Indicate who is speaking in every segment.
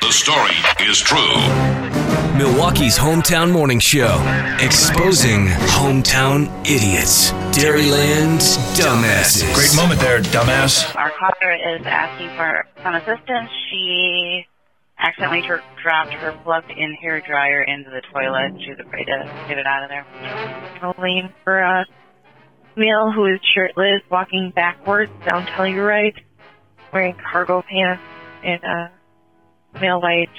Speaker 1: The story is true.
Speaker 2: Milwaukee's Hometown Morning Show. Exposing hometown idiots. Dairyland's dumbasses.
Speaker 3: Great moment there, dumbass.
Speaker 4: our caller is asking for some assistance. She accidentally dr- dropped her plugged in hair dryer into the toilet. She was afraid to get it out of there. Waiting for a male who is shirtless, walking backwards down Telluride, wearing cargo pants and uh, male white,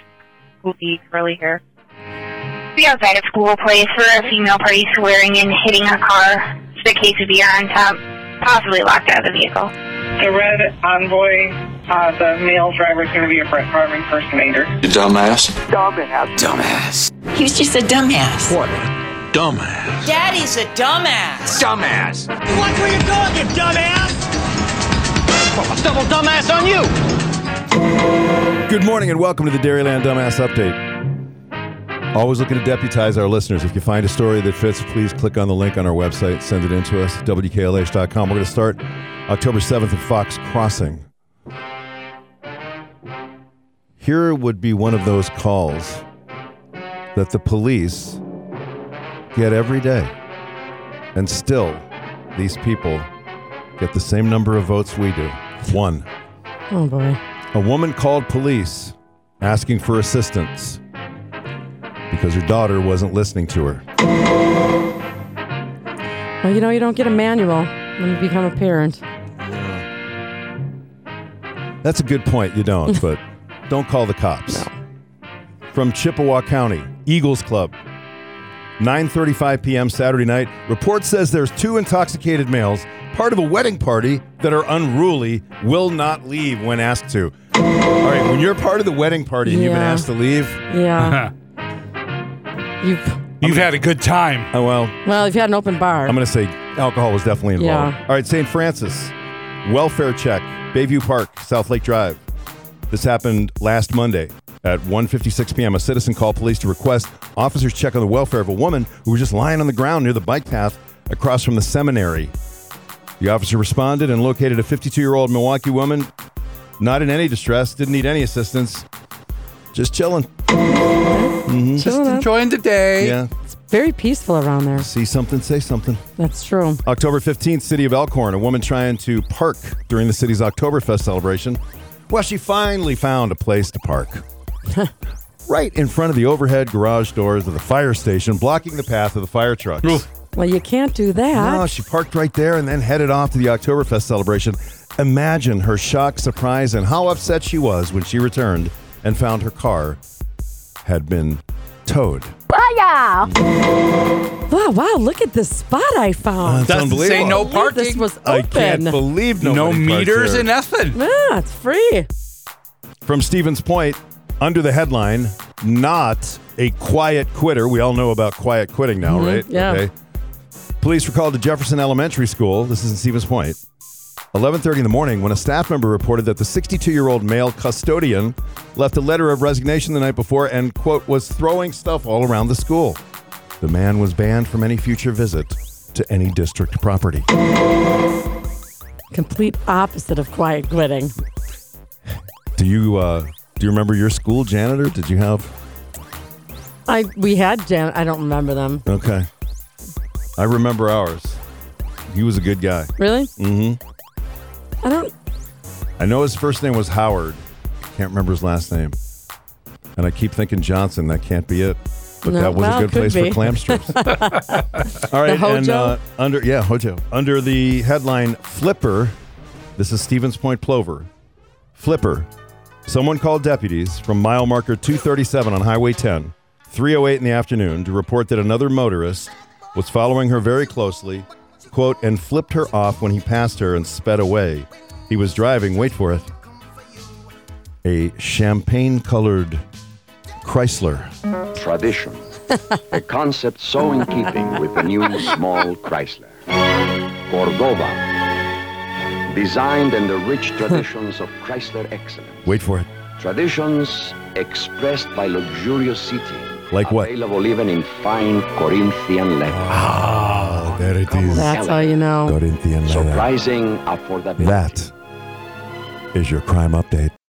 Speaker 4: poofy, curly hair.
Speaker 5: be outside of school place where a female party swearing and hitting a car. The case would be on top, possibly locked out of the vehicle.
Speaker 6: The red envoy, uh, the male driver is going to be a Brett Farming first mater.
Speaker 2: Dumbass.
Speaker 7: He was just a dumbass.
Speaker 2: What?
Speaker 3: Dumbass.
Speaker 8: Daddy's a dumbass.
Speaker 2: Dumbass.
Speaker 3: Watch where you're going, you dumbass! Double dumbass on you!
Speaker 9: Good morning and welcome to the Dairyland Dumbass Update. Always looking to deputize our listeners. If you find a story that fits, please click on the link on our website, send it in to us, WKLH.com. We're going to start October 7th at Fox Crossing. Here would be one of those calls that the police get every day. And still, these people get the same number of votes we do one.
Speaker 8: Oh boy.
Speaker 9: A woman called police asking for assistance because her daughter wasn't listening to her.
Speaker 8: Well, you know, you don't get a manual when you become a parent.
Speaker 9: That's a good point, you don't, but don't call the cops. From Chippewa County, Eagles Club. 9:35 p.m. Saturday night. Report says there's two intoxicated males, part of a wedding party that are unruly, will not leave when asked to. All right, when you're part of the wedding party and you've been
Speaker 8: Yeah.
Speaker 9: asked to leave,
Speaker 8: Yeah. You've
Speaker 3: You've had a good time.
Speaker 9: oh well,
Speaker 8: well, you've had an open bar.
Speaker 9: I'm going to say alcohol was definitely involved.
Speaker 8: Yeah.
Speaker 9: All right, St. Francis, welfare check, Bayview Park, South Lake Drive. This happened last Monday at 1:56 p.m. A citizen called police to request officers check on the welfare of a woman who was just lying on the ground near the bike path across from the seminary. The officer responded and located a 52-year-old Milwaukee woman, not in any distress, didn't need any assistance, just chilling.
Speaker 8: Chill out.
Speaker 3: Enjoying the day.
Speaker 9: Yeah,
Speaker 8: It's very peaceful around there.
Speaker 9: see something, say something.
Speaker 8: That's true.
Speaker 9: October 15th, City of Elkhorn. A woman trying to park during the city's Oktoberfest celebration. Well, she finally found a place to park. right in front of the overhead garage doors of the fire station, blocking the path of the fire trucks.
Speaker 3: Oof.
Speaker 8: Well, you can't do that.
Speaker 9: No, she parked right there and then headed off to the Oktoberfest celebration. Imagine her shock, surprise, and how upset she was when she returned and found her car had been towed.
Speaker 8: Wow, wow, look at this spot I found.
Speaker 9: That's
Speaker 3: Doesn't say
Speaker 9: unbelievable.
Speaker 3: no
Speaker 8: I believe This
Speaker 3: parking.
Speaker 8: was open.
Speaker 9: I can't believe
Speaker 3: No
Speaker 9: nobody parked
Speaker 3: meters
Speaker 9: there.
Speaker 3: and nothing.
Speaker 8: yeah, it's free.
Speaker 9: From Stevens Point, under the headline, not a quiet quitter. We all know about quiet quitting now, right?
Speaker 8: yeah.
Speaker 9: Police were called to Jefferson Elementary School. This is in Stevens Point. 11:30 in the morning when a staff member reported that the 62-year-old male custodian left a letter of resignation the night before and quote was throwing stuff all around the school. The man was banned from any future visit to any district property.
Speaker 8: Complete opposite of quiet quitting.
Speaker 9: Do you uh, do you remember your school janitor? Did you have
Speaker 8: I we had Jan. I don't remember them.
Speaker 9: Okay. I remember ours. He was a good guy.
Speaker 8: Really? Mm-hmm. I don't.
Speaker 9: I know his first name was Howard. Can't remember his last name. And I keep thinking Johnson. That can't be it. But
Speaker 8: No,
Speaker 9: that was
Speaker 8: well,
Speaker 9: a good
Speaker 8: Oh, could
Speaker 9: place
Speaker 8: be.
Speaker 9: for clam strips. All right,
Speaker 8: The
Speaker 9: and
Speaker 8: Hojo?
Speaker 9: uh, under yeah, Hojo. Under the headline Flipper, this is Stevens Point Plover. Flipper. Someone called deputies from mile marker 237 on Highway 10, 308 in the afternoon, to report that another motorist was following her very closely, quote, and flipped her off when he passed her and sped away. He was driving, wait for it, a champagne colored Chrysler.
Speaker 10: Tradition. a concept so in keeping with the new small Chrysler. Cordova. Designed in the rich traditions of Chrysler excellence.
Speaker 9: Wait for it.
Speaker 10: Traditions expressed by luxurious seating.
Speaker 9: Like what?
Speaker 10: Available even in fine Corinthian leather.
Speaker 9: Ah, there it is.
Speaker 8: That's all you know.
Speaker 9: Corinthian leather.
Speaker 10: Surprising affordability.
Speaker 9: That is your crime update.